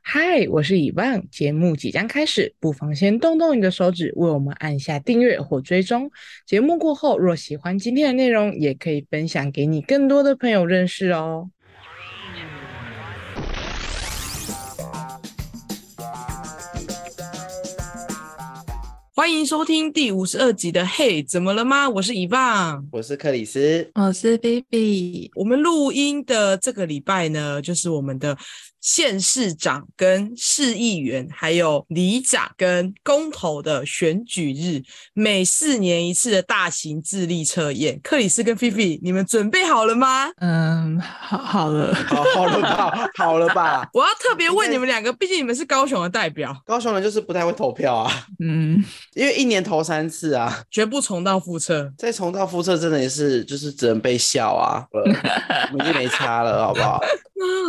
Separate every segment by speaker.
Speaker 1: 嗨，我是以望。节目即将开始，不妨先动动你的手指，为我们按下订阅或追踪。节目过后，若喜欢今天的内容，也可以分享给你更多的朋友认识哦。欢迎收听第五十二集的《嘿，怎么了吗？》我是以望。
Speaker 2: 我是克里斯，
Speaker 3: 我是 B B，
Speaker 1: 我们录音的这个礼拜呢，就是我们的县市长、跟市议员、还有里长跟公投的选举日，每四年一次的大型智力测验。克里斯跟菲菲，你们准备好了吗？
Speaker 3: 嗯，好好了，
Speaker 2: 好好了吧，好了吧。
Speaker 1: 我要特别问你们两个，毕竟你们是高雄的代表，
Speaker 2: 高雄人就是不太会投票啊，
Speaker 3: 嗯，
Speaker 2: 因为一年投三次啊，
Speaker 1: 绝不重蹈覆辙。
Speaker 2: 再重蹈覆辙真的也是就是只能被笑啊，呃我们已经没差了，好不好？
Speaker 1: 啊，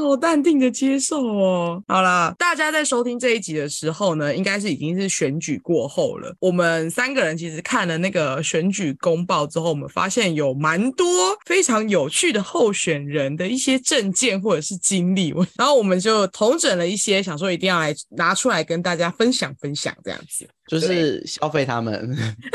Speaker 1: 好淡定的接受哦。好啦，大家在收听这一集的时候呢，应该是已经是选举过后了。我们三个人其实看了那个选举公报之后，我们发现有蛮多非常有趣的候选人的一些证件或者是经历， 我然后我们就统整了一些，想说一定要来拿出来跟大家分享分享这样子。
Speaker 2: 就是消费他们，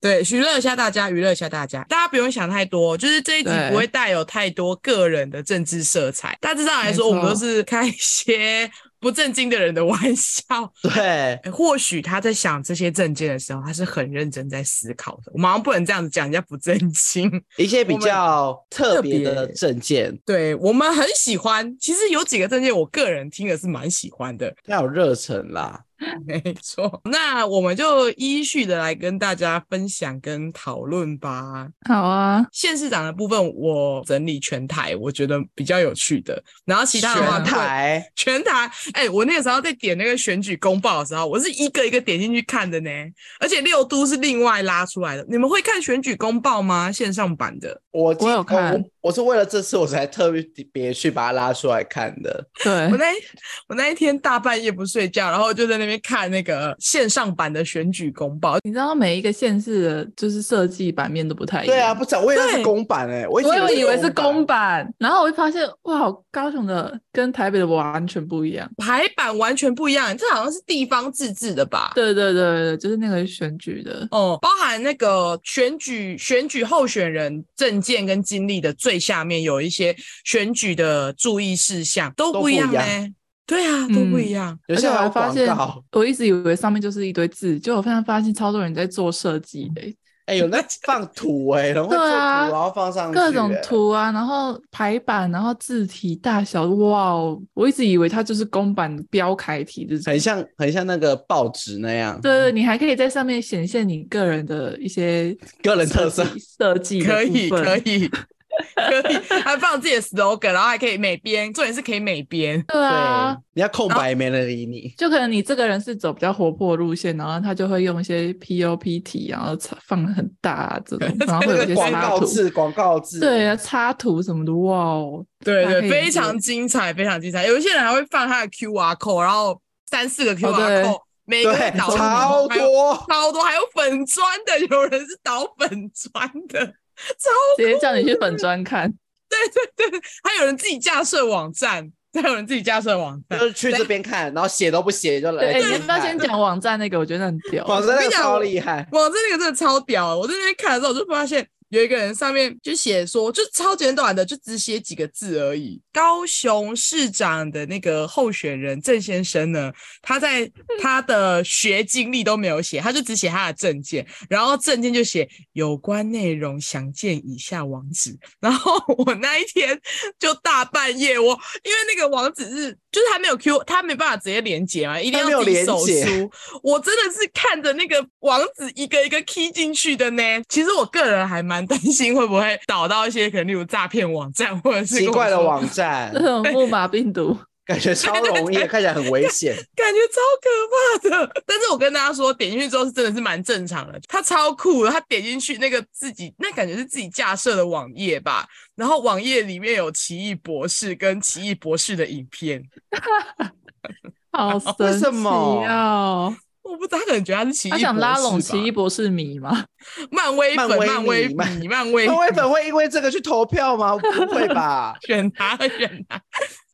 Speaker 1: 对，娱乐一下大家，娱乐一下大家，大家不用想太多，就是这一集
Speaker 3: 对
Speaker 1: 不会带有太多个人的政治色彩。大致上来说，
Speaker 3: 没
Speaker 1: 我
Speaker 3: 错
Speaker 1: 们都是开一些不正经的人的玩笑。
Speaker 2: 对，
Speaker 1: 诶或许他在想这些证件的时候，他是很认真在思考的。我们好像不能这样子讲人家不正经。
Speaker 2: 一些比
Speaker 1: 我们
Speaker 2: 较特别
Speaker 1: 特
Speaker 2: 的
Speaker 1: 别
Speaker 2: 证件，
Speaker 1: 对我们很喜欢，其实有几个证件，我个人听了是蛮喜欢的。
Speaker 2: 他有热忱啦。
Speaker 1: 没错，那我们就依序的来跟大家分享跟讨论吧。
Speaker 3: 好 啊，
Speaker 1: 县市长的部分，我整理全台，我觉得比较有趣的。然后其他的话，
Speaker 2: 全台
Speaker 1: 全台，哎、我那个时候在点那个选举公报的时候，我是一个一个点进去看的呢。而且六都是另外拉出来的。你们会看选举公报吗？线上版的？
Speaker 2: 我今
Speaker 3: 我有看
Speaker 2: 我我是为了这次我才特别去把它拉出来看的。
Speaker 3: 对
Speaker 1: 我， 那一我那一天大半夜不睡觉，然后就在那边看那个线上版的选举公报。
Speaker 3: 你知道每一个县市的就是设计版面都不太一样，
Speaker 2: 对啊，不，知道我以为它是
Speaker 1: 对
Speaker 2: 公版哎，我一直
Speaker 3: 哎我有以为是公
Speaker 2: 公版，
Speaker 3: 版，然后我就发现哇，高雄的跟台北的完全不一样，
Speaker 1: 排版完全不一样，这好像是地方自治的吧？
Speaker 3: 对对对对，就是那个选举的，
Speaker 1: 哦，包含那个选举选举候选人证件跟经历的最下面有一些选举的注意事项，都
Speaker 2: 都
Speaker 1: 不一
Speaker 2: 不
Speaker 1: 样
Speaker 2: 一
Speaker 1: 呢、
Speaker 2: 样
Speaker 1: 对啊，都
Speaker 3: 嗯
Speaker 1: 不一样。
Speaker 2: 有
Speaker 3: 而且
Speaker 2: 些
Speaker 3: 我
Speaker 2: 还
Speaker 3: 还
Speaker 2: 有
Speaker 3: 发
Speaker 2: 广
Speaker 3: 现
Speaker 2: 告，，
Speaker 3: 我一直以为上面就是一堆字，结果我突然发现超多人在做设计的、
Speaker 2: 哎、有那放土哎、然后会做
Speaker 3: 对
Speaker 2: 土，
Speaker 3: 啊
Speaker 2: 然后放上去、
Speaker 3: 各种
Speaker 2: 哎，
Speaker 3: 图啊，然后排版，然后字体大小，哇哦！我一直以为它就是公版标楷体这种
Speaker 2: 很。像很像那个报纸那样，
Speaker 3: 对对，你还可以在上面显现你个人的一些
Speaker 2: 个人特色
Speaker 3: 设。计设计的
Speaker 1: 可以
Speaker 3: 部分
Speaker 1: 可。以 可以，还放自己的 slogan，然后还可以美编，重点是可以美编。
Speaker 3: 对
Speaker 2: 对
Speaker 3: 啊，，
Speaker 2: 你要空白没人理你，
Speaker 3: 就可能你这个人是走比较活泼路线，然后他就会用一些 POP 体，然后插放很大啊这种，然后会有一些
Speaker 2: 广
Speaker 3: 插
Speaker 2: 告
Speaker 3: 图。
Speaker 2: 字广告字，
Speaker 3: 对啊，，插图什么的，哇哦！
Speaker 1: 对
Speaker 3: 还可
Speaker 1: 对，
Speaker 3: 以
Speaker 1: 非
Speaker 3: 做
Speaker 1: 常精彩，非常精彩。有一些人还会放他的 QR code，然后三四个 QR
Speaker 3: 哦对
Speaker 1: code，、每个
Speaker 2: 对
Speaker 1: 人，导入
Speaker 2: 超
Speaker 1: 还有
Speaker 2: 多。
Speaker 1: 超多，还有粉砖的，有人是导粉砖的，超
Speaker 3: 直接叫你去粉砖看。
Speaker 1: 还有人自己架设网站，还有人自己架设网站
Speaker 2: 就。是去这边看，然后写都不写就来
Speaker 3: 对，
Speaker 2: 这
Speaker 3: 哎你
Speaker 2: 边看。
Speaker 3: 要不要先讲网站那个？我觉得很屌。
Speaker 2: 哇，真
Speaker 1: 跟
Speaker 2: 的
Speaker 1: 你讲
Speaker 2: 超
Speaker 1: 我
Speaker 2: 厉害，
Speaker 1: 哇，这那个真的超屌啊的！我在那边看的时候，我就发现有一个人上面就写说，就超简短的，就只写几个字而已。高雄市长的那个候选人郑先生呢，他在
Speaker 2: 嗯
Speaker 1: 他的学经历都没有写，他就只写他的证件，然后证件就写有关内容详见以下网址。然后 我那一天就大半夜，我因为那个网址是就是他没有 Q，他没办法直接连接嘛，一定
Speaker 2: 他没
Speaker 1: 要
Speaker 2: 有
Speaker 1: 自己
Speaker 2: 连
Speaker 1: 手
Speaker 2: 接
Speaker 1: 输。我真的是看着那个网址一个一个 key 进去的呢。其实我个人还蛮担心会不会导到一些可能例如诈骗网站或者是
Speaker 2: 奇
Speaker 1: 跟我
Speaker 2: 怪的
Speaker 1: 说，
Speaker 2: 网站
Speaker 3: 这，种木马病毒，
Speaker 2: 感觉超容易，看起来很危 险。
Speaker 1: 感觉超可怕的。但是我跟大家说，点进去之后是真的是蛮正常的，它超酷的。它点进去那个自己那感觉是自己架设的网页吧，然后网页里面有奇异博士跟奇异博士的影片。
Speaker 3: 好
Speaker 2: 为
Speaker 3: 神
Speaker 2: 什
Speaker 3: 奇
Speaker 2: 么
Speaker 3: 哦！
Speaker 1: 我不知道，他可能觉得他是奇异
Speaker 3: 他
Speaker 1: 博士吧，
Speaker 3: 想拉拢奇异博士迷吗？
Speaker 1: 漫威粉、
Speaker 2: 漫威
Speaker 1: 漫威
Speaker 2: 迷
Speaker 1: 迷、漫 威
Speaker 2: 那微粉会因为这个去投票吗？不会吧
Speaker 1: ？选他，选他。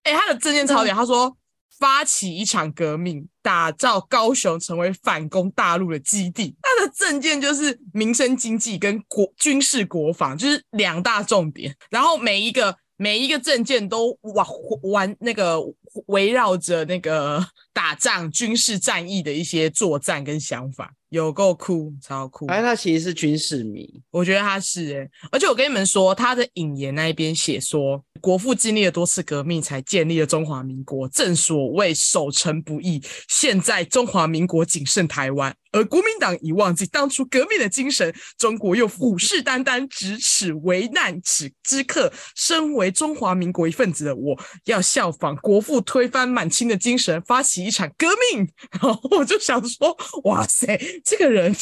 Speaker 1: 哎、他的证件超屌，他说发起一场革命，打造高雄成为反攻大陆的基地。他的政见就是民生经济跟国军事国防，就是两大重点。然后每一个每一个政见都往玩那个围绕着那个打仗、军事战役的一些作战跟想法，有够酷，超酷。
Speaker 2: 反正他哎其实是军事迷，
Speaker 1: 我觉得他是哎、而且我跟你们说，他的引言那一边写说，国父经历了多次革命，才建立了中华民国。正所谓守成不易，现在中华民国仅剩台湾，而国民党已忘记当初革命的精神，中国又虎视眈眈，咫尺为难此之客。身为中华民国一份子的我，要效仿国父推翻满清的精神，发起一场革命。 然后我就想说，哇塞，这个人，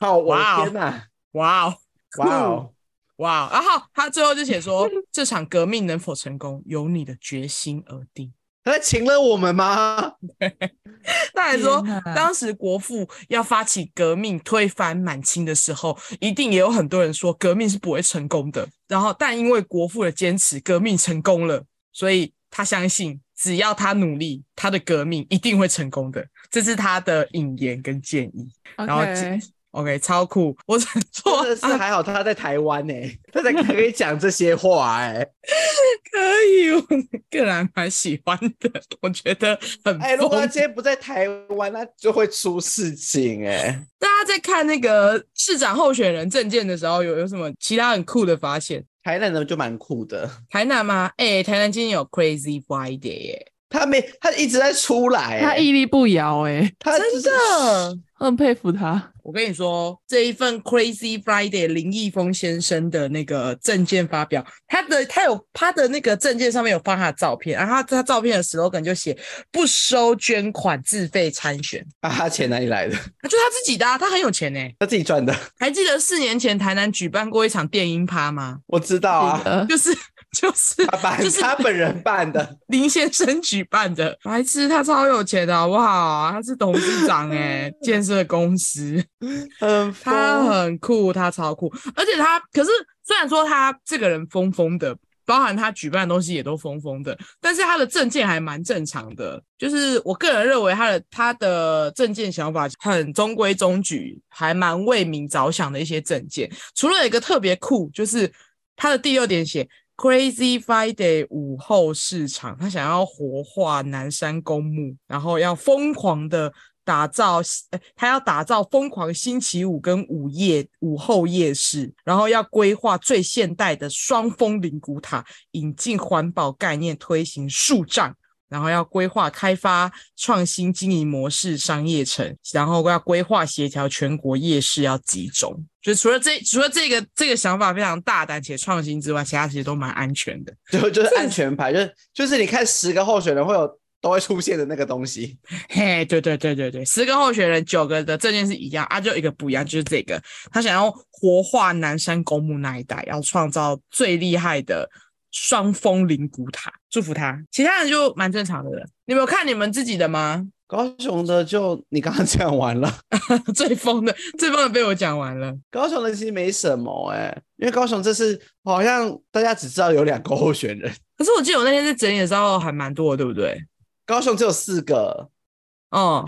Speaker 2: 好，我
Speaker 1: 哇哦
Speaker 2: 的天哪，
Speaker 1: 哇哦！
Speaker 2: 哇哦，
Speaker 1: 哇！然后他最后就写说，这场革命能否成功，由你的决心而定。
Speaker 2: 他在请了我们吗？
Speaker 1: 他还说
Speaker 3: 天哪，
Speaker 1: 当时国父要发起革命推翻满清的时候，一定也有很多人说革命是不会成功的。然后，但因为国父的坚持，革命成功了，所以他相信，只要他努力，他的革命一定会成功的。这是他的引言跟建议。
Speaker 3: 然
Speaker 1: 后OK，超酷！我只能说
Speaker 2: 真的是
Speaker 1: 啊
Speaker 2: 还好他在台湾呢、欸他才可以讲这些话哎、
Speaker 1: 可以，我个人蛮喜欢的，我觉得很
Speaker 2: 哎、如果他
Speaker 1: 疯
Speaker 2: 今天不在台湾，那就会出事情哎、
Speaker 1: 大家在看那个市长候选人证件的时候，有有什么其他很酷的发现？
Speaker 2: 台南的就蛮酷的，
Speaker 1: 台南吗？哎、台南今天有 Crazy Friday 耶、
Speaker 2: 他没他一直在出来、
Speaker 3: 他
Speaker 2: 哎
Speaker 3: 屹立不摇哎、
Speaker 2: 他真的
Speaker 3: 很佩服他。
Speaker 1: 我跟你说，这一份 Crazy Friday 林毅峰先生的那个证件发表，他的他有他的那个证件上面有放他的照片，然后他他照片的 slogan 就写不收捐款，自费参选，
Speaker 2: 啊，他钱哪里来的？
Speaker 1: 就他自己的、啊，他很有钱哎、
Speaker 2: 他自己赚的，
Speaker 1: 还记得四年前台南举办过一场电音趴吗？
Speaker 2: 我知道啊，
Speaker 3: 呃，
Speaker 1: 就是就是
Speaker 2: 他 办、
Speaker 1: 就是
Speaker 2: 他本人办的，
Speaker 1: 林先生举办的，白痴，他超有钱的好不好啊？他是董事长哎、建设公司，
Speaker 2: 嗯，
Speaker 1: 他
Speaker 2: 疯
Speaker 1: 很哦酷，他超酷，而且他可是虽然说他这个人疯疯的，包含他举办的东西也都疯疯的，但是他的证件还蛮正常的，就是我个人认为他的他的证件想法很中规中矩，还蛮为民着想的一些证件，除了有一个特别酷，就是他的第六点写 Crazy Friday 午后市场，他想要活化南山公墓，然后要疯狂的打造，呃他要打造疯狂星期五跟午夜午后夜市，然后要规划最现代的双峰灵谷塔，引进环保概念，推行树葬。然后要规划开发创新经营模式商业城，然后要规划协调全国夜市要集中。就除了这除了这个这个想法非常大胆且创新之外，其他其实都蛮安全的。
Speaker 2: 就就是安全牌，就是就是你看十个候选人会有都会出现的那个东西，
Speaker 1: 嘿，对对对对对，十个候选人九个的证件是一样啊，就一个不一样，就是这个他想要活化南山公墓那一带，要创造最厉害的双峰灵谷塔，祝福他。其他人就蛮正常的了。你们有看你们自己的吗？
Speaker 2: 高雄的就你刚刚讲完了。
Speaker 1: 最疯的，最疯的被我讲完了。
Speaker 2: 高雄的其实没什么哎、因为高雄这次好像大家只知道有两个候选人，
Speaker 1: 可是我记得我那天在整理的时候还蛮多的，对不对？
Speaker 2: 高雄只有四个，
Speaker 1: 哦、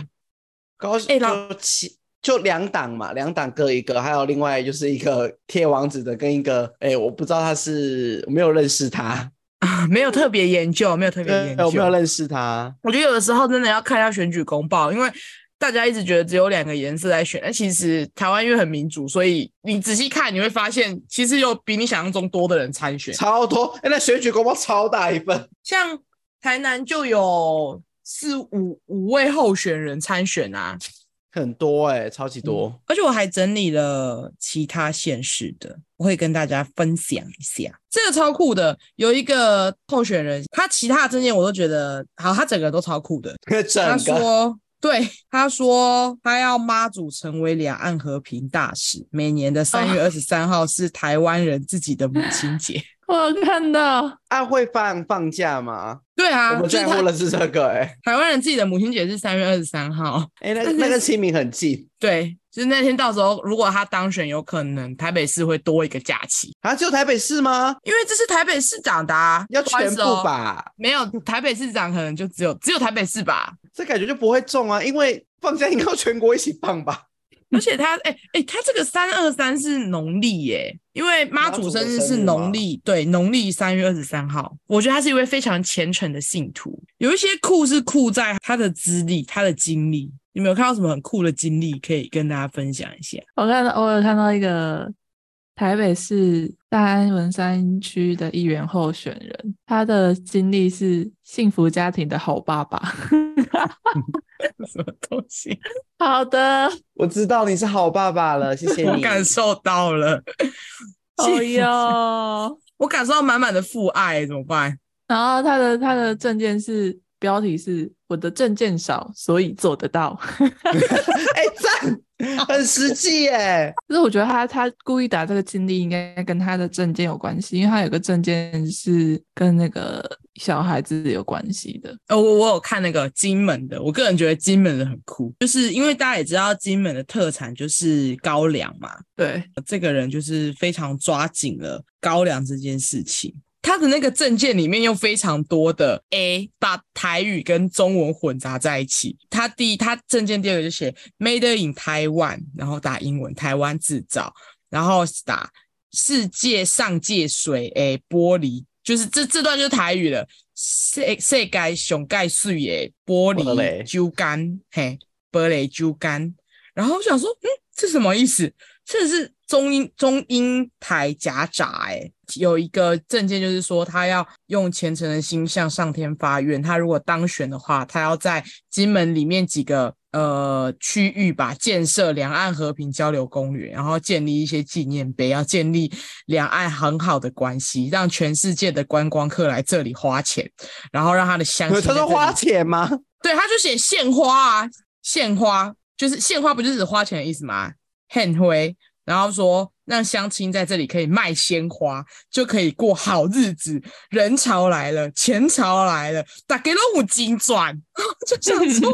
Speaker 2: 高雄
Speaker 1: 哎老
Speaker 2: 就七、就两党嘛，两党各一个，还有另外就是一个贴网址的跟一个哎、我不知道他是我没有认识他，
Speaker 1: 啊， 没有特别研究，没有特别
Speaker 2: 嗯对哎
Speaker 1: 研，究。
Speaker 2: 我没有认识他，
Speaker 1: 我觉得有的时候真的要看一下选举公报，因为大家一直觉得只有两个颜色在选，但其实台湾因为很民主，所以你仔细看你会发现，其实有比你想象中多的人参选。
Speaker 2: 超多哎、那选举公报超大一份，
Speaker 1: 像台南就有四五五位候选人参选啊，
Speaker 2: 很多哎、超级多。
Speaker 1: 而且我还整理了其他县市的，我会跟大家分享一下。这个超酷的，有一个候选人，他其他的证件我都觉得好，他整个都超酷的。他
Speaker 2: 嗯 整个
Speaker 1: 说，对，他说他要妈祖成为两
Speaker 2: 哦
Speaker 1: 岸和平大使，每年的三月二十三号是台湾人自己的母亲节。
Speaker 3: 我有看到，
Speaker 2: 啊，会放放假吗？
Speaker 1: 对
Speaker 2: 我
Speaker 1: 啊，
Speaker 2: 们
Speaker 1: 就是
Speaker 2: 在乎
Speaker 1: 他
Speaker 2: 的是这个、欸，哎
Speaker 1: 台湾人自己的母亲节是三月二十三号，
Speaker 2: 哎、那那个清明很近
Speaker 1: 对，就是那天到时候如果他当选，有可能台北市会多一个假期，
Speaker 2: 啊，只有台北市吗？
Speaker 1: 因为这是台北市长的、啊，
Speaker 2: 要
Speaker 1: 不好意
Speaker 2: 全
Speaker 1: 思
Speaker 2: 部
Speaker 1: 哦？
Speaker 2: 吧？
Speaker 1: 没有，台北市长可能就只有只有台北市吧，
Speaker 2: 这感觉就不会中啊，因为放假应该要全国一起放吧？
Speaker 1: 而且他，哎、哎、他这个三二三是农历耶，因为妈祖生日是农历，对，农历三月二十三号。我觉得他是一位非常虔诚的信徒，有一些酷是酷在他的资历、他的经历。你们有看到什么很酷的经历可以跟大家分享一下？
Speaker 3: 我看到我有看到一个台北市大安文山区的议员候选人，他的经历是幸福家庭的好爸爸。
Speaker 1: 什么东西？
Speaker 3: 好的，
Speaker 2: 我知道你是好爸爸了，谢谢
Speaker 1: 我
Speaker 2: 你。
Speaker 1: 感受到了，
Speaker 3: 哦哟。
Speaker 1: 我感受到满满的父爱，怎么办？
Speaker 3: 然后他的他的证件是标题是“我的证件少，所以做得到
Speaker 2: 哎、赞，很实际耶、”。
Speaker 3: 可是我觉得他他故意打这个经历，应该跟他的证件有关系，因为他有个证件是跟那个小孩子有关系的。
Speaker 1: 呃，我我有看那个金门的，我个人觉得金门的很酷，就是因为大家也知道金门的特产就是高粱嘛，
Speaker 3: 对，
Speaker 1: 这个人就是非常抓紧了高粱这件事情。他的那个证件里面有非常多的 A，把台语跟中文混杂在一起。他第一，他证件第二个就写 Made in Taiwan，然后打英文台湾制造，然后打世界上界水诶玻璃，就是这这段就是台语了。世世界上盖水诶玻
Speaker 2: 玻
Speaker 1: 璃
Speaker 2: 璃
Speaker 1: 酒干，嘿，玻璃酒干。然后我想说，嗯，这什么意思？这是中英中英台夹杂哎、有一个证件就是说他要用虔诚的心向上天发愿，他如果当选的话，他要在金门里面几个呃区域吧建设两岸和平交流公园，然后建立一些纪念碑，要建立两岸很好的关系，让全世界的观光客来这里花钱，然后让他的乡亲
Speaker 2: 他
Speaker 1: 在这
Speaker 2: 说
Speaker 1: 里
Speaker 2: 花钱吗？
Speaker 1: 对，他就写献花啊，献花就是献花，不就是指花钱的意思吗？献灰，然后说让乡亲在这里可以卖鲜花，就可以过好日子。人潮来了，钱潮来了，打给了我金 转，就想说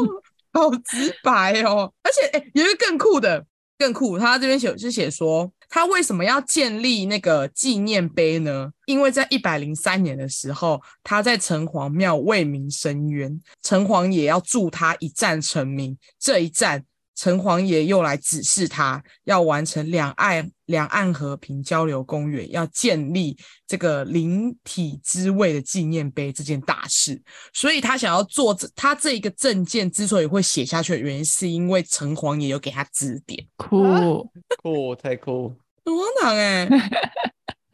Speaker 1: 好直白哦。而且，哎、有一个更酷的，更酷，他这边写是写说。他为什么要建立那个纪念碑呢？因为在一百零三年的时候，他在城隍庙为民伸冤，城隍爷要助他一战成名。这一战，城隍爷又来指示他要完成两岸两岸和平交流公园，要建立这个灵体之位的纪念碑这件大事。所以他想要做这他这一个证件之所以会写下去的原因，是因为城隍爷有给他指点。
Speaker 3: 酷，
Speaker 2: 酷，太酷！
Speaker 1: 很荒唐哎、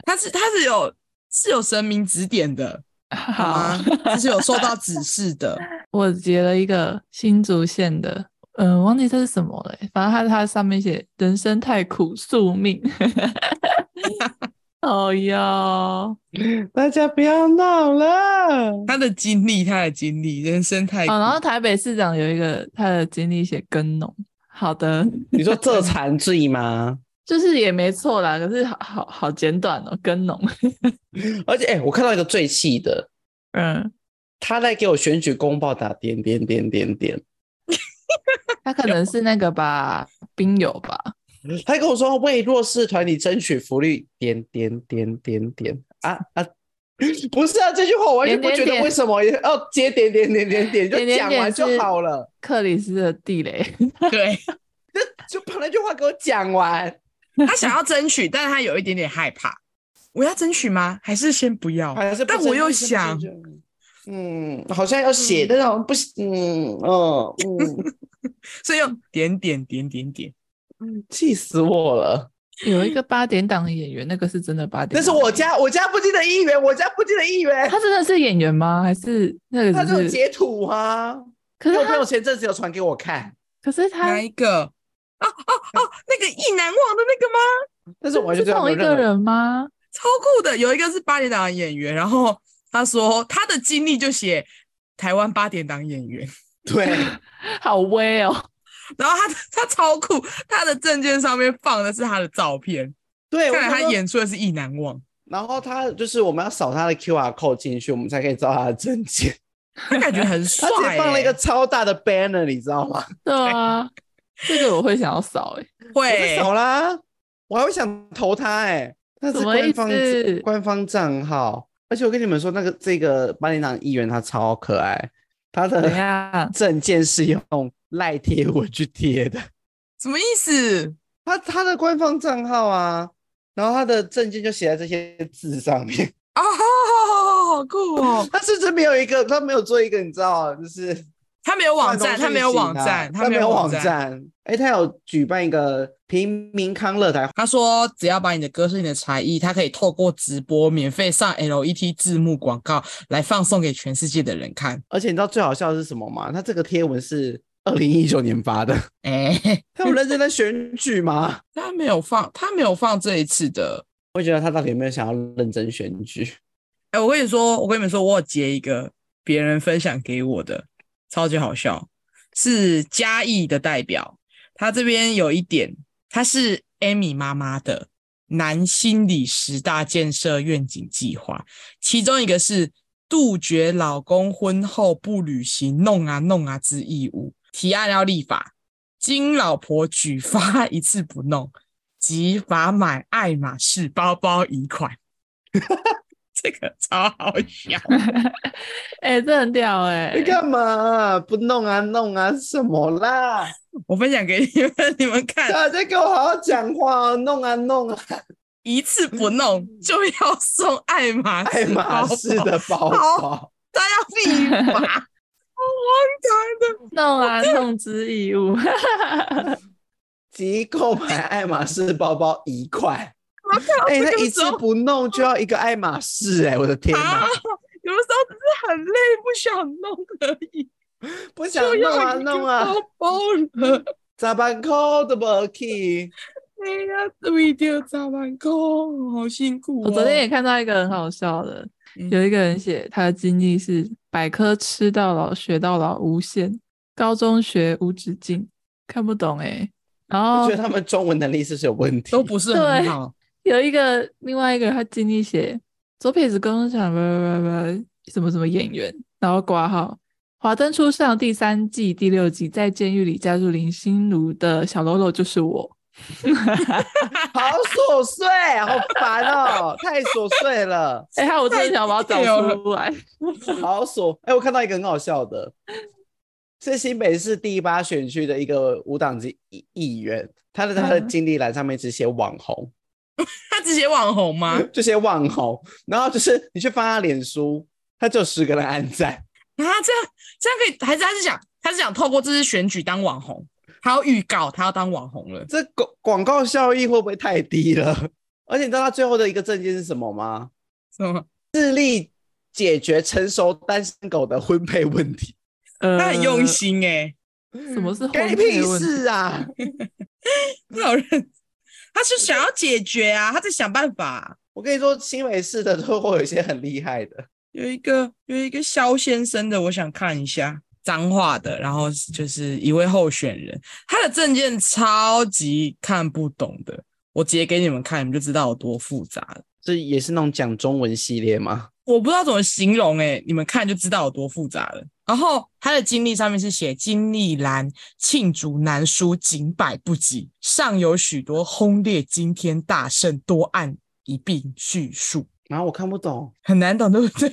Speaker 1: 他是他是有是有神明指点的，好啊
Speaker 3: 好
Speaker 1: 吗，？他是有受到指示的。
Speaker 3: 我截了一个新竹县的，嗯、忘记这是什么了欸、反正它它上面写“人生太苦，宿命” 哦哟，
Speaker 2: 大家不要闹了。
Speaker 1: 他的经历，他的经历，人生太
Speaker 3: 哦，
Speaker 1: 苦
Speaker 3: 然后台北市长有一个他的经历写耕农，好的，
Speaker 2: 你说这残罪吗？
Speaker 3: 就是也没错啦，可是好好好简短哦，耕农，
Speaker 2: 而且，哎、我看到一个最气的，
Speaker 3: 嗯，
Speaker 2: 他在给我选举公报打点点点点点，
Speaker 3: 他可能是那个吧，兵友吧，
Speaker 2: 他跟我说为弱势团体争取福利，点点点点点啊啊！ 不是啊，这句话我完全不觉
Speaker 3: 点点
Speaker 2: 得
Speaker 3: 点
Speaker 2: 为什么要接点点点点点，
Speaker 3: 点
Speaker 2: 就
Speaker 3: 点
Speaker 2: 讲完
Speaker 3: 点是
Speaker 2: 就好了，
Speaker 3: 克里斯的地雷，
Speaker 1: 对
Speaker 2: 就把那句话给我讲完。
Speaker 1: 他想要争取，但是他有一点点害怕。我要争取吗？还是先不要？
Speaker 3: 哎
Speaker 2: 好像是不
Speaker 1: 但
Speaker 2: 争
Speaker 1: 我又
Speaker 2: 不争
Speaker 1: 想
Speaker 2: 不争嗯，好像要
Speaker 1: 嗯
Speaker 2: 写，但是好像不行，嗯嗯 嗯，
Speaker 1: 所以又点点点点点。
Speaker 2: 气死我了！
Speaker 3: 有一个八点档的演员，那个是真的八点
Speaker 2: 那
Speaker 3: 档，
Speaker 2: 是我家我家附近的议员，我家附近的议员，
Speaker 3: 他真的是演员吗？还是那个
Speaker 2: 他
Speaker 3: 只
Speaker 2: 这
Speaker 3: 是？
Speaker 2: 种截图啊，
Speaker 3: 可
Speaker 2: 因为
Speaker 3: 是
Speaker 2: 我朋
Speaker 3: 他，
Speaker 2: 友前阵子有传给我看，
Speaker 3: 可是
Speaker 1: 哪
Speaker 3: 他
Speaker 1: 一个？哦哦哦，那个意难忘的那个吗？
Speaker 2: 但是我完全
Speaker 3: 是
Speaker 2: 对他
Speaker 3: 同
Speaker 2: 没
Speaker 3: 一
Speaker 2: 有任
Speaker 3: 个
Speaker 2: 何。
Speaker 3: 人吗？
Speaker 1: 超酷的，有一个是八点档的演员，然后他说他的经历就写台湾八点档演员。
Speaker 2: 对，
Speaker 3: 好威哦！
Speaker 1: 然后他他超酷，他的证件上面放的是他的照片，
Speaker 2: 对，
Speaker 1: 看来
Speaker 2: 哎我想
Speaker 1: 他
Speaker 2: 说
Speaker 1: 演出的是意难忘。
Speaker 2: 然后他就是我们要扫他的 QR code 进去，我们才可以知道他的证 件。
Speaker 1: 他感觉很
Speaker 2: 他
Speaker 1: 帅、
Speaker 2: 直接
Speaker 1: 欸，
Speaker 2: 放了一个超大的 banner，你知道吗？
Speaker 3: 对啊，这个我会想要扫欸 诶、
Speaker 2: 我就
Speaker 1: 会
Speaker 2: 扫啦，我还会想投他哎、那是
Speaker 3: 哎什么意
Speaker 2: 官方
Speaker 3: 思
Speaker 2: 官方账号，而且我跟你们说，那个这个巴林党议员他超可爱，他
Speaker 3: 怎
Speaker 2: 的
Speaker 3: 样？
Speaker 2: 证件是用赖贴文去贴的，
Speaker 1: 什么意思？
Speaker 2: 他他的官方账号啊，然后他的证件就写在这些字上面，
Speaker 1: 啊、好酷哦！
Speaker 2: 他甚至没有一个，他没有做一个，你知道啊，就是
Speaker 1: 他没有网
Speaker 2: 办
Speaker 1: 站，
Speaker 2: 公
Speaker 1: 他没有
Speaker 2: 讯息
Speaker 1: 网
Speaker 2: 啊
Speaker 1: 站，
Speaker 2: 他
Speaker 1: 没
Speaker 2: 有网
Speaker 1: 站。
Speaker 2: 站，哎，他有举办一个平民康乐台
Speaker 1: 他说，只要把你的歌声、你的才艺，他可以透过直播免费上 LET 字幕广告来放送给全世界的人看。
Speaker 2: 而且你知道最好笑的是什么吗？他这个贴文是二零一九年发的，
Speaker 1: 哎、
Speaker 2: 他有认真在选举吗？
Speaker 1: 他没有放，他没有放这一次的。
Speaker 2: 我觉得他到底有没有想要认真选举？
Speaker 1: 哎、我跟你说，我跟你们说，我有截一个别人分享给我的，超级好笑，是嘉义的代表。他这边有一点，他是 Amy 妈妈的男心理十大建设愿景计划，其中一个是杜绝老公婚后不履行“弄啊弄啊”之义务，提案要立法，经老婆举发一次不弄，即罚买爱马仕包包一款。这个超好笑，
Speaker 3: 哎、这很屌哎、
Speaker 2: 你干嘛不弄啊弄啊什么啦？
Speaker 1: 我分享给你们， 你们看。
Speaker 2: 大家再给我好好讲话哦！弄啊弄啊，
Speaker 1: 一次不弄就要送爱马仕
Speaker 2: 嗯爱马
Speaker 1: 包
Speaker 2: 仕
Speaker 1: 包，
Speaker 2: 的包包，
Speaker 1: 他要立法，好荒唐的。
Speaker 3: 弄啊弄之义 务，
Speaker 2: 即购买爱马仕包包一块。哎、
Speaker 1: 这
Speaker 2: 他
Speaker 1: 个
Speaker 2: 一
Speaker 1: 时
Speaker 2: 次
Speaker 1: 候
Speaker 2: 不弄就要一个爱马仕、哎，我的天哪
Speaker 1: 啊！，有的时候只是很累，不想弄而已，
Speaker 2: 不想
Speaker 1: 就
Speaker 2: 弄
Speaker 1: 要
Speaker 2: 啊
Speaker 1: 一个
Speaker 2: 弄啊，
Speaker 1: 包包了。
Speaker 2: 咋办？扣的不 key。
Speaker 1: 哎呀，对掉砸满空，好辛苦、哦。
Speaker 3: 我昨天也看到一个很好笑的，
Speaker 1: 嗯
Speaker 3: 有一个人写他的经历是百科吃到老学到老无限，高中学无止境，看不懂哎、然
Speaker 2: 我
Speaker 3: 后
Speaker 2: 觉得他们中文能力是不是有问题？
Speaker 1: 都哦不是很好，
Speaker 3: 有一个另外一个人他经历写左撇子工厂不不不不什么什么演员，然后挂号。《华灯初上》第三季第六集，在监狱里加入林心如的小喽啰就是我。
Speaker 2: 好琐碎，啊好烦哦， 太琐碎了，
Speaker 3: 哎、他我真的想把它
Speaker 1: 太屌
Speaker 3: 找
Speaker 1: 了
Speaker 3: 出来。
Speaker 2: 好琐。哎、我看到一个很好笑的，是新北市第八选区的一个无党籍议议员，他的他的
Speaker 3: 嗯
Speaker 2: 经历栏上面只写网红，
Speaker 1: 他只写网红吗？
Speaker 2: 就写网红，然后就是你去翻他脸书，他只有十个人按赞，
Speaker 1: 啊，这样这样可以，还是他是想他是想透过这次选举当网红，他要预告他要当网红了。
Speaker 2: 这广广告效益会不会太低了？而且你知道他最后的一个证件是什么吗？
Speaker 1: 是吗？
Speaker 2: 解决成熟单身狗的婚配问 题。
Speaker 3: 呃，
Speaker 1: 他很用。心哎、
Speaker 3: 什么是婚
Speaker 2: 干你
Speaker 3: 配
Speaker 2: 屁
Speaker 3: 问题？
Speaker 2: 事啊！
Speaker 1: 他好认，他是想要解决 啊，他在想办法、
Speaker 2: 我跟你说，新北市的都会有一些很厉害的，
Speaker 1: 有一个有一个肖先生的，我想看一下脏话的，然后就是一位候选人，他的证件超级看不懂的，我截给你们看，你们就知道有多复杂了。
Speaker 2: 这也是那种讲中文系列吗？
Speaker 1: 我不知道怎么形容哎、你们看就知道有多复杂了。然后他的经历上面是写经历栏罄竹难书，景百不及，上有许多轰烈惊天大胜，多案一并叙述，
Speaker 2: 然啊后我看不懂，
Speaker 1: 很难懂，对不 对？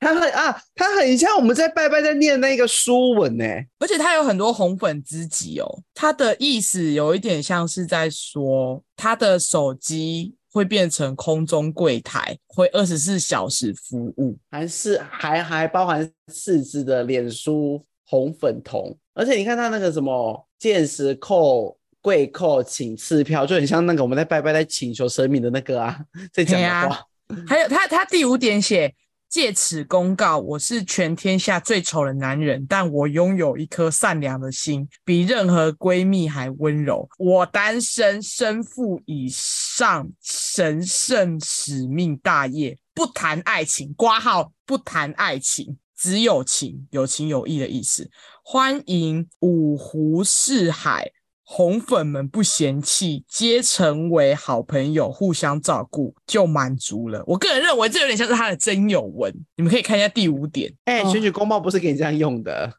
Speaker 2: 他很啊，他很像我们在拜拜在念那个书文欸呢、
Speaker 1: 而且他有很多红粉知己哦，他的意思有一点像是在说，他的手机会变成空中柜台，会二十四小时服务。
Speaker 2: 还是还还包含四肢的脸书红粉瞳，而且你看他那个什么见识扣。跪扣请赐票，就很像那个我们在拜拜在请求神明的那个啊，在讲
Speaker 1: 对啊
Speaker 2: 的话，
Speaker 1: 还有他他第五点写，借此公告，我是全天下最丑的男人，但我拥有一颗善良的心，比任何闺蜜还温柔。我单身，身负以上神圣使命大业，不谈爱情，挂号不谈爱情。只有情，有情有义的意思。欢迎五湖四海，红粉们不嫌弃，皆成为好朋友，互相照顾就满足了。我个人认为这有点像是他的真有文，你们可以看一下第五点。
Speaker 2: 哎、
Speaker 3: 哦
Speaker 2: 选举公报不是给你这样用的，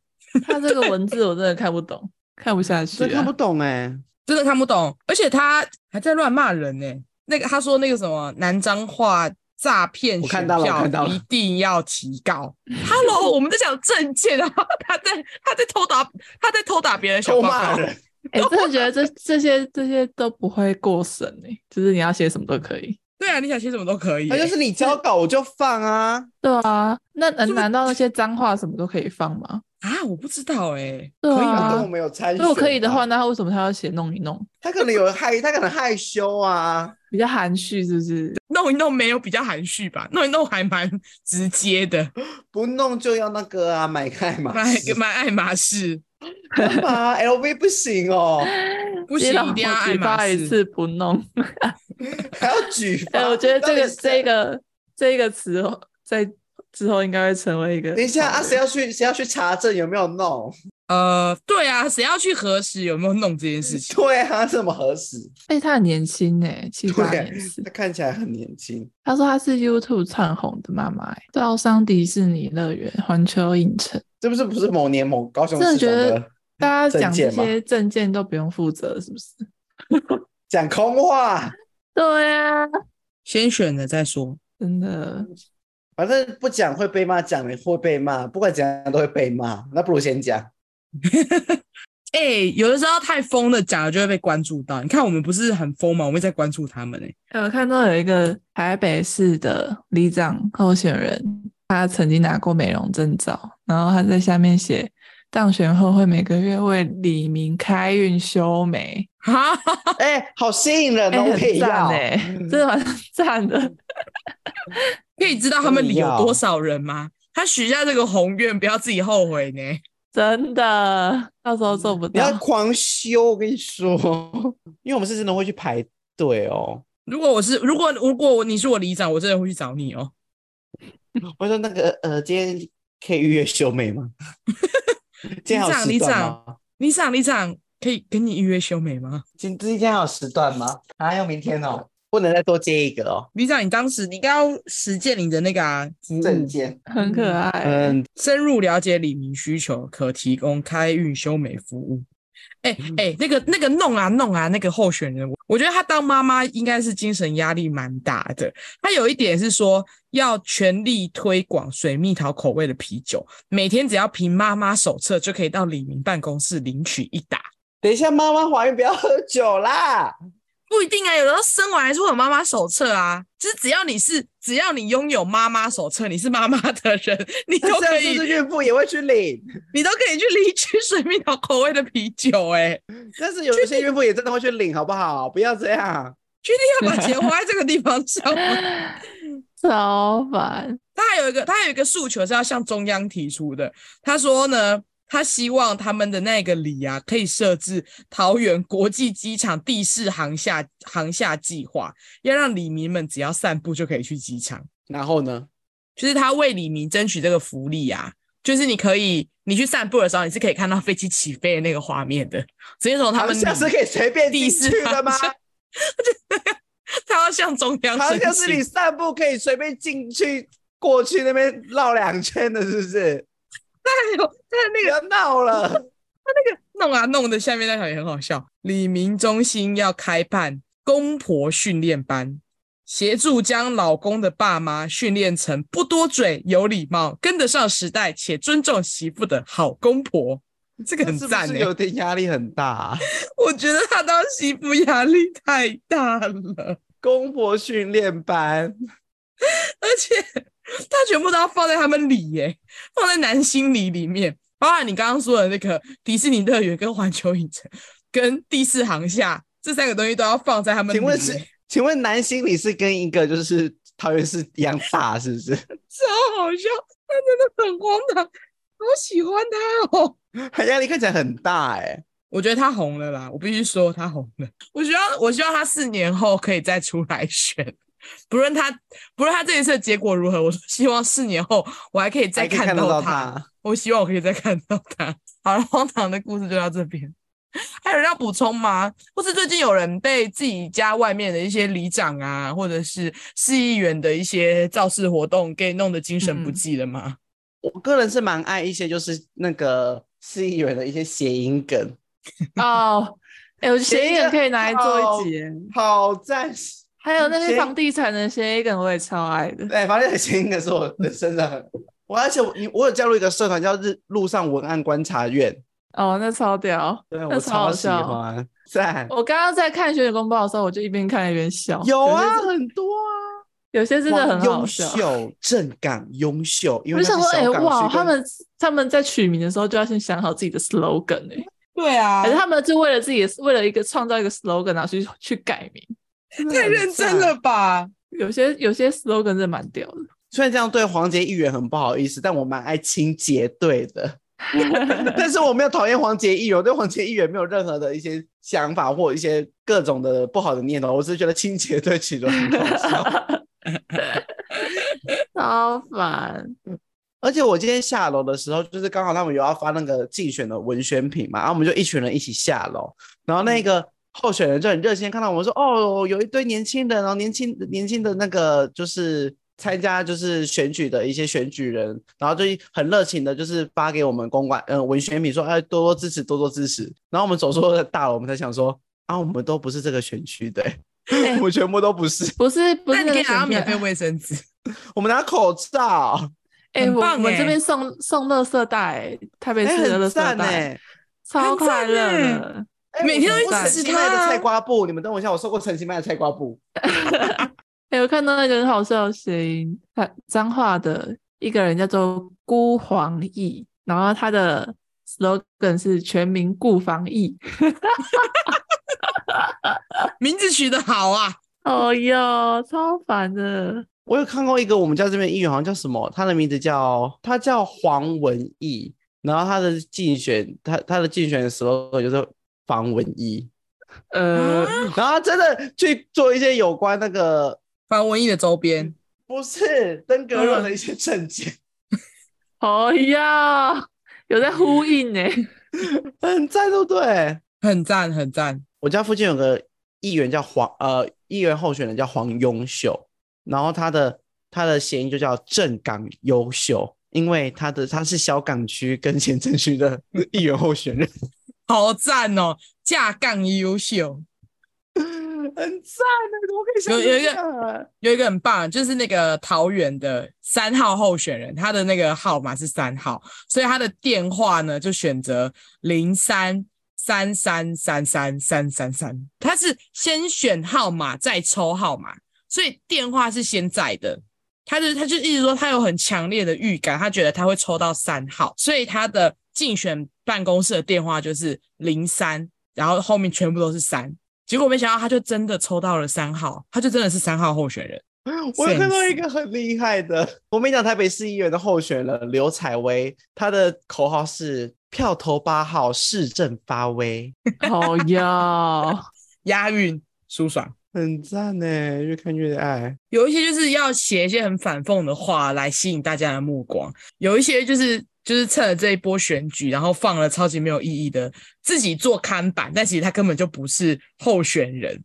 Speaker 3: 他这个文字我真的看不懂，看不下去、
Speaker 2: 真看不
Speaker 3: 啊。
Speaker 2: 懂哎、
Speaker 1: 真的看不懂，而且他还在乱骂人呢、那个他说那个什么南彰化诈骗
Speaker 2: 我
Speaker 1: 选
Speaker 2: 看到了我
Speaker 1: 票
Speaker 2: 看到了
Speaker 1: 一定要提告。Hello，我们在讲证件，然后他在他在偷打他在偷打别人小
Speaker 2: 臭
Speaker 1: 报
Speaker 2: 骂
Speaker 1: 告。
Speaker 2: 人，
Speaker 3: 哎、真的觉得这这些这些都不会过审哎、就是你要写什么都可以。
Speaker 1: 对啊，你想写什么都可以、
Speaker 2: 那就是你哎交稿我就放啊。
Speaker 3: 对啊，那难
Speaker 1: 是不是
Speaker 3: 难道那些脏话什么都可以放吗？
Speaker 1: 啊，我不知道哎、
Speaker 3: 对
Speaker 1: 可以
Speaker 2: 他
Speaker 1: 吗？
Speaker 2: 跟
Speaker 3: 啊
Speaker 2: 我，没有参选
Speaker 3: 如
Speaker 2: 吧，
Speaker 3: 果可以的话，那他为什么他要写弄一弄？
Speaker 2: 他可能有害，他可能害羞啊。
Speaker 3: 比较含蓄是不是？
Speaker 1: 弄一弄没有比较含蓄吧，弄一弄还蛮直接的，
Speaker 2: 不弄就要那个啊，买开嘛，
Speaker 1: 蛮蛮爱马仕，
Speaker 2: 干嘛？LV 不行哦，
Speaker 1: 不行
Speaker 3: 接到
Speaker 1: 一定要
Speaker 3: 我
Speaker 1: 爱
Speaker 3: 举
Speaker 1: 马
Speaker 3: 报一
Speaker 1: 仕。
Speaker 3: 次 不弄。
Speaker 2: 还要举报。
Speaker 3: 哎、我觉得
Speaker 2: 到
Speaker 3: 这个
Speaker 2: 底是
Speaker 3: 这，个这个词哦在之后应该会成为一个。
Speaker 2: 等一下啊，谁要去谁要去查证有没有弄？
Speaker 1: 呃，对啊，谁要去核实有没有弄这件事情？
Speaker 2: 对啊，这么合适？
Speaker 3: 哎、他很年轻哎、七八
Speaker 2: 对
Speaker 3: 年次
Speaker 2: 他。看起来很年轻，
Speaker 3: 他说他是 YouTube 窜红的妈妈、欸，招商迪士尼乐园、环球影城，
Speaker 2: 这不是不是某年某高雄
Speaker 3: 真的
Speaker 2: 市长
Speaker 3: 觉得
Speaker 2: 的
Speaker 3: 大家
Speaker 2: 证
Speaker 3: 讲这
Speaker 2: 件吗
Speaker 3: 些证件都不用负责，是不是？
Speaker 2: 讲空话，
Speaker 3: 对啊，
Speaker 1: 先选了再说。
Speaker 3: 真的，
Speaker 2: 反正不讲会被骂，讲了会被骂，不管怎样都会被骂。那不如先 讲，
Speaker 1: 哎、有的时候太疯了，讲了就会被关注到。你看我们不是很疯吗？我们在关注他们哎、
Speaker 3: 哎、我看到有一个台北市的里长候选人，他曾经拿过美容证照，然后他在下面写，当选后会每个月为李明开运修眉，
Speaker 1: 哈 哈，
Speaker 2: 哎、好吸引人
Speaker 3: 哎、
Speaker 2: 哦，我可
Speaker 3: 很
Speaker 2: 以
Speaker 3: 赞
Speaker 2: 要。嗯
Speaker 3: 哎、真的蛮 赞的。
Speaker 1: 可以知道他们里有
Speaker 2: 不要
Speaker 1: 多少人吗？他许下这个宏愿，不要自己后悔呢。
Speaker 3: 真的，到时候做不
Speaker 2: 你
Speaker 3: 到
Speaker 2: 要。狂修，我跟你说，因为我们是真的会去排队哦。
Speaker 1: 如果我是，如果如果你是我里长，我真的会去找你哦。
Speaker 2: 我说那个呃，今天可以预约修眉 吗？今天还有时段吗？
Speaker 1: 里长，里长，可以跟你预约修眉吗？
Speaker 2: 今今天还有时段吗？啊，要明天哦，不能再多接一个哦。
Speaker 1: 里长，你当时你应该要实践你的那个啊
Speaker 3: 嗯
Speaker 1: 服
Speaker 2: 证
Speaker 1: 务，
Speaker 2: 件，
Speaker 3: 很可爱、
Speaker 2: 嗯，
Speaker 1: 深入了解李明需求，可提供开运修美服务。哎、
Speaker 2: 嗯
Speaker 1: 哎、那个那个弄啊弄啊，那个候选人，我觉得他当妈妈应该是精神压力蛮大的。他有一点是说要全力推广水蜜桃口味的啤酒，每天只要凭妈妈手册就可以到李明办公室领取一打。
Speaker 2: 等一下，妈妈怀孕不要喝酒 啦。
Speaker 1: 不一定啊，有的时候生完还是会有妈妈手册啊。就是只要你是，只要你拥有妈妈手册，你是妈妈的人， 你
Speaker 2: 那
Speaker 1: 都
Speaker 2: 这
Speaker 1: 可
Speaker 2: 样是啊
Speaker 1: 以
Speaker 2: 不是孕妇也会去领？
Speaker 1: 你都可以去领取水蜜桃口味的啤酒、欸，哎，
Speaker 2: 但是有一些孕妇也真的会去领，好不好？不要这样。
Speaker 1: 确定要把钱花在这个地方 上吗？
Speaker 2: 嗯
Speaker 3: 超烦，
Speaker 1: 他还有一个，他还有一个诉求是要向中央提出的。他说呢，他希望他们的那个里啊，可以设置桃园国际机场地势航下航下计划，要让里民们只要散步就可以去机场。
Speaker 2: 然后呢？
Speaker 1: 就是他为李明争取这个福利啊，就是你可以，你去散步的时候，你是可以看到飞机起飞的那个画面的，直接从他
Speaker 2: 他
Speaker 1: 们
Speaker 2: 们下次可以随便
Speaker 1: 地
Speaker 2: 进
Speaker 1: 势
Speaker 2: 去的吗
Speaker 1: 航？向他要向中央
Speaker 2: 好
Speaker 1: 申
Speaker 2: 像是
Speaker 1: 请
Speaker 2: 你散步可以随便进去过去那边绕两圈的，是不是？
Speaker 1: 哎呦，但那
Speaker 2: 不
Speaker 1: 个
Speaker 2: 要闹了，
Speaker 1: 弄啊弄的，下面那条也很好笑。李明中心要开办公婆训练班，协助将老公的爸妈训练成不多嘴、有礼貌、跟得上时代且尊重媳妇的好公婆。这个很
Speaker 2: 是不
Speaker 1: 赞
Speaker 2: 是
Speaker 1: 哎、
Speaker 2: 有点压力很大、啊？
Speaker 1: 我觉得他当媳妇压力太大了。
Speaker 2: 公婆训练班，
Speaker 1: 而且他全部都要放在他们里耶，放在男心里里面，包含你刚刚说的那个迪士尼乐园、跟环球影城、跟第四航厦这三个东西都要放在他们里
Speaker 2: 请
Speaker 1: 耶。
Speaker 2: 问是？请问男心理是跟一个就是桃园市一样大，是不是？
Speaker 1: 超好笑，他真的很荒唐，好喜欢他哦。
Speaker 2: 他压力看起来很大哎、
Speaker 1: 我觉得他红了啦，我必须说他红了。我希望，我希望他四年后可以再出来选，不论他，不论他这一次的结果如何，我希望四年后我还可以再
Speaker 2: 还可以看
Speaker 1: 到
Speaker 2: 到他
Speaker 1: 我希望我可以再看到他。好了，荒唐的故事就到这边。还 还有人要补充吗？或是最近有人被自己家外面的一些里长啊，或者是市议员的一些造势活动给弄得精神不
Speaker 3: 嗯
Speaker 1: 济了吗？
Speaker 2: 我个人是蛮爱一些就是那个市议员的一些谐音梗，
Speaker 3: 哦，哎，我觉得谐音梗可以拿来做一集。欸
Speaker 2: 集，好赞！
Speaker 3: 还有那
Speaker 2: 谐
Speaker 3: 些
Speaker 2: 音
Speaker 3: 房地产的谐音梗，我也超爱的。
Speaker 2: 对，哎反正谐音梗是我人生的很，我而且我你我有加入一个社团叫日路上文案观察院，
Speaker 3: 哦，那超屌！
Speaker 2: 对
Speaker 3: 那
Speaker 2: 我
Speaker 3: 超
Speaker 2: 超
Speaker 3: 好
Speaker 2: 喜
Speaker 3: 笑哦
Speaker 2: 欢，赞。
Speaker 3: 我刚刚在看选举公报的时候，我就一边看一边笑。
Speaker 2: 有啊，
Speaker 3: 有些
Speaker 2: 很多啊，
Speaker 3: 有些真的很好
Speaker 2: 优
Speaker 3: 笑。
Speaker 2: 秀，正港优秀，因
Speaker 3: 我
Speaker 2: 为
Speaker 3: 就想
Speaker 2: 它
Speaker 3: 说，
Speaker 2: 是
Speaker 3: 哎、
Speaker 2: 小港区
Speaker 3: 哇，
Speaker 2: 跟
Speaker 3: 他们他们在取名的时候就要先想好自己的 slogan 哎、
Speaker 1: 对啊
Speaker 3: 还是他们就为了自己的为了一个创造一个 slogan，然后去去改名。
Speaker 2: 真的
Speaker 1: 太
Speaker 2: 很
Speaker 1: 认真
Speaker 2: 赞
Speaker 1: 了吧？
Speaker 3: 有些有些 slogan 真的蛮屌的。
Speaker 2: 虽然这样对黄杰议员很不好意思，但我蛮爱清洁队 的。但是我没有讨厌黄杰议员，我对黄杰议员没有任何的一些想法或一些各种的不好的念头，我只是觉得清洁队取得很好笑。
Speaker 3: 超烦，
Speaker 2: 而且我今天下楼的时候，就是刚好他们有要发那个竞选的文宣品嘛，然后我们就一群人一起下楼，然后那个候选人就很热心地看到我们说，哦，有一堆年轻人哦，年轻年轻的那个就是参加就是选举的一些选举人，然后就很热情的，就是发给我们公关呃文宣品说，哎，多多支持，多多支持。然后我们走出了大楼，我们才想说，啊，我们都不是这个选区的、欸
Speaker 3: 哎
Speaker 2: 我们全部都不是，
Speaker 3: 不是不
Speaker 1: 那
Speaker 3: 是
Speaker 1: 你
Speaker 3: 那
Speaker 1: 可以
Speaker 3: 个
Speaker 1: 拿到
Speaker 3: 选
Speaker 1: 免费
Speaker 3: 票。
Speaker 1: 卫生纸，
Speaker 2: 我们拿口罩，
Speaker 3: 哎、
Speaker 1: 很
Speaker 3: 我
Speaker 1: 棒
Speaker 3: 我们
Speaker 1: 哎
Speaker 3: 这边送送垃圾袋、台北
Speaker 2: 哎、
Speaker 3: 市的
Speaker 2: 很
Speaker 3: 垃圾
Speaker 2: 赞
Speaker 3: 袋、
Speaker 2: 哎、
Speaker 3: 超
Speaker 1: 很赞
Speaker 3: 快乐
Speaker 1: 哎
Speaker 3: 的。
Speaker 2: 哎
Speaker 1: 每
Speaker 2: 我
Speaker 1: 天都
Speaker 2: 收
Speaker 1: 一
Speaker 2: 过
Speaker 3: 直
Speaker 2: 陈
Speaker 1: 吃
Speaker 2: 其迈的
Speaker 1: 它
Speaker 2: 菜瓜布，你们等我一下，我收过陈其迈的菜瓜布。
Speaker 3: 哎、我看到那个很好笑的谐音，他彰化的一个人叫做孤黄奕，然后他的 slogan 是“全民顾防疫
Speaker 1: 名字取得好啊！”。
Speaker 3: 哦哟，超烦的。
Speaker 2: 我有看过一个我们家这边议员，好像叫什么，他的名字叫他叫黄文义，然后他的竞选他他的竞选的 slogan 就是防文义，
Speaker 3: 呃，
Speaker 2: 然后他真的去做一些有关那个
Speaker 1: 反文艺的周边，
Speaker 2: 不是登革热的一些证件，
Speaker 3: 哦哟，有在呼应 呢、
Speaker 2: 很赞，对不对？
Speaker 1: 很赞很赞。
Speaker 2: 我家附近有个议员叫黄，呃，议员候选人叫黄永秀，然后他的他的谐音就叫正港优秀，因为他的他是小港区跟前镇区的
Speaker 1: 嗯
Speaker 2: 议员候选人，
Speaker 1: 好赞哦，架杠优秀。
Speaker 2: 很赞的，怎么可以想
Speaker 1: 有有一
Speaker 2: 这
Speaker 1: 个
Speaker 2: 样啊
Speaker 1: 有一个很棒，就是那个桃园的三号候选人，他的那个号码是三号，所以他的电话呢就选择零三三三三三三三三，他是先选号码再抽号码，所以电话是先在的。他就他就一直说他有很强烈的预感，他觉得他会抽到三号，所以他的竞选办公室的电话就是零三，然后后面全部都是三。结果没想到他就真的抽到了三号，他就真的是三号候选人。
Speaker 2: 我有看到
Speaker 1: sense
Speaker 2: 一个很厉害的，我们讲台北市议员的候选人刘彩薇，她的口号是票投八号，市政发威，
Speaker 3: 哦哟，
Speaker 1: 押韵舒爽。
Speaker 2: 很赞呢，越看越爱。
Speaker 1: 有一些就是要写一些很反讽的话来吸引大家的目光，有一些就是就是趁着这一波选举，然后放了超级没有意义的自己做看板，但其实他根本就不是候选人，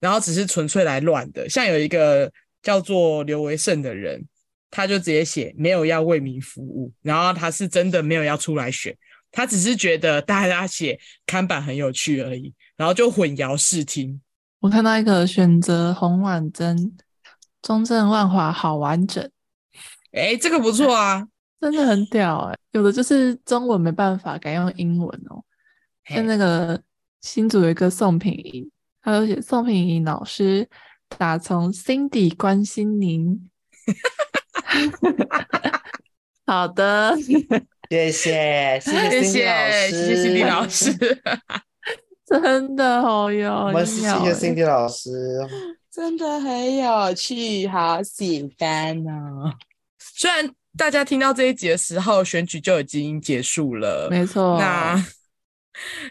Speaker 1: 然后只是纯粹来乱的。像有一个叫做刘维胜的人，他就直接写没有要为民服务，然后他是真的没有要出来选，他只是觉得大家写看板很有趣而已，然后就混淆视听。
Speaker 3: 我看到一个选择洪婉珍，中正万华好完整。
Speaker 1: 诶，这个不错啊。
Speaker 3: 真的很屌哎、有的就是中文没办法改用英文哦。
Speaker 1: 嘿
Speaker 3: 像那个新组有一个宋品莹，她就写宋品莹老师打从心底关心您。好的，
Speaker 2: 谢谢， 谢
Speaker 1: 谢
Speaker 2: Cindy 老
Speaker 1: 谢，谢谢 Cindy 老师，
Speaker 3: 真的好哟，
Speaker 2: 我
Speaker 3: 很
Speaker 2: 们谢谢
Speaker 3: 屌欸
Speaker 2: Cindy 老师，
Speaker 1: 真的很有趣，好喜欢哦。虽然大家听到这一集的时候，选举就已经结束了，
Speaker 3: 没错。
Speaker 1: 那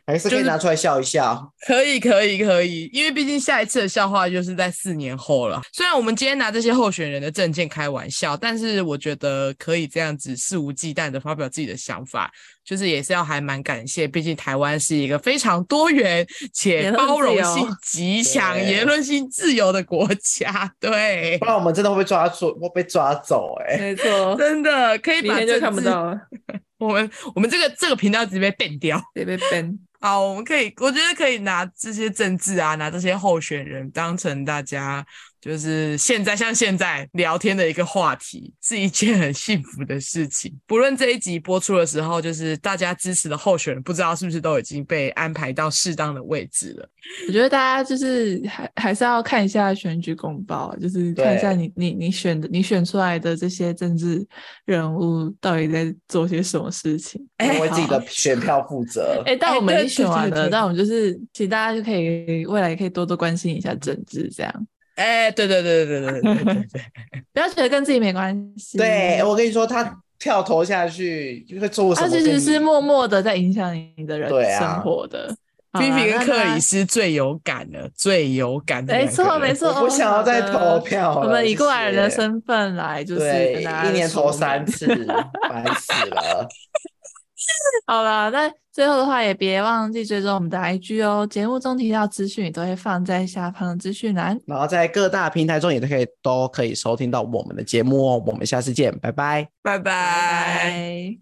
Speaker 2: 还是可
Speaker 1: 就
Speaker 2: 以
Speaker 1: 是
Speaker 2: 拿出来笑一笑。
Speaker 1: 可以，可以，可以，因为毕竟下一次的笑话就是在四年后了。虽然我们今天拿这些候选人的证件开玩笑，但是我觉得可以这样子肆无忌惮的发表自己的想法，就是也是要还蛮感谢，毕竟台湾是一个非常多元且
Speaker 3: 言论
Speaker 1: 包
Speaker 3: 自
Speaker 1: 容
Speaker 3: 由
Speaker 1: 性极强、
Speaker 2: 对
Speaker 1: 言论性自由的国家。对
Speaker 2: 不，然我们真的会被抓住，会被抓走哎、
Speaker 3: 没错，
Speaker 1: 真的可以
Speaker 3: 明
Speaker 1: 把
Speaker 3: 天就
Speaker 1: 政
Speaker 3: 看不
Speaker 1: 治
Speaker 3: 到了，
Speaker 1: 我们我们这个这个频道直接被变掉。
Speaker 3: 得被 ban。
Speaker 1: 好，我们可以，我觉得可以拿这些政治啊，拿这些候选人当成大家就是现在像现在聊天的一个话题，是一件很幸福的事情。不论这一集播出的时候，就是大家支持的候选人，不知道是不是都已经被安排到适当的位置了。
Speaker 3: 我觉得大家就是还还是要看一下选举公报，就是看一下你你你选的你选出来的这些政治人物到底在做些什么事情。
Speaker 1: 哎
Speaker 2: 我为
Speaker 3: 好
Speaker 2: 自己的选票负责。
Speaker 3: 哎、但
Speaker 1: 哎
Speaker 3: 我们已
Speaker 1: 对
Speaker 3: 经选
Speaker 1: 对
Speaker 3: 完
Speaker 1: 对
Speaker 3: 了，
Speaker 1: 对
Speaker 3: 但我们就是其实大家就可以未来也可以多多关心一下政治，这样
Speaker 1: 哎，对对对对对对对对 对，
Speaker 3: 不要觉得跟自己没关系。
Speaker 2: 对，我跟你说，他票投下去就会做什
Speaker 3: 他
Speaker 2: 么
Speaker 3: 其
Speaker 2: 跟你？
Speaker 3: 实啊是默默的在影响你的人
Speaker 2: 对啊
Speaker 3: 生活的。好啦啊
Speaker 1: 菲菲
Speaker 3: 那
Speaker 1: 跟克
Speaker 3: 大
Speaker 1: 里斯最有感了，最有感的
Speaker 3: 没
Speaker 1: 两个
Speaker 3: 错
Speaker 1: 人
Speaker 3: 没错
Speaker 2: 我不想要再投票了
Speaker 3: 哦我们以过来人的
Speaker 2: 谢谢
Speaker 3: 身份来，就是
Speaker 2: 对，
Speaker 3: 跟大家
Speaker 2: 一年投
Speaker 3: 说
Speaker 2: 三
Speaker 3: 明
Speaker 2: 次，烦死了。
Speaker 3: 好了，那最后的话也别忘记追踪我们的 IG 哦。节目中提到资讯也都会放在下方的资讯栏。
Speaker 2: 然后在各大平台中也都可以都可以收听到我们的节目哦。我们下次见，拜拜。
Speaker 1: 拜
Speaker 3: 拜
Speaker 1: 拜。
Speaker 3: 拜。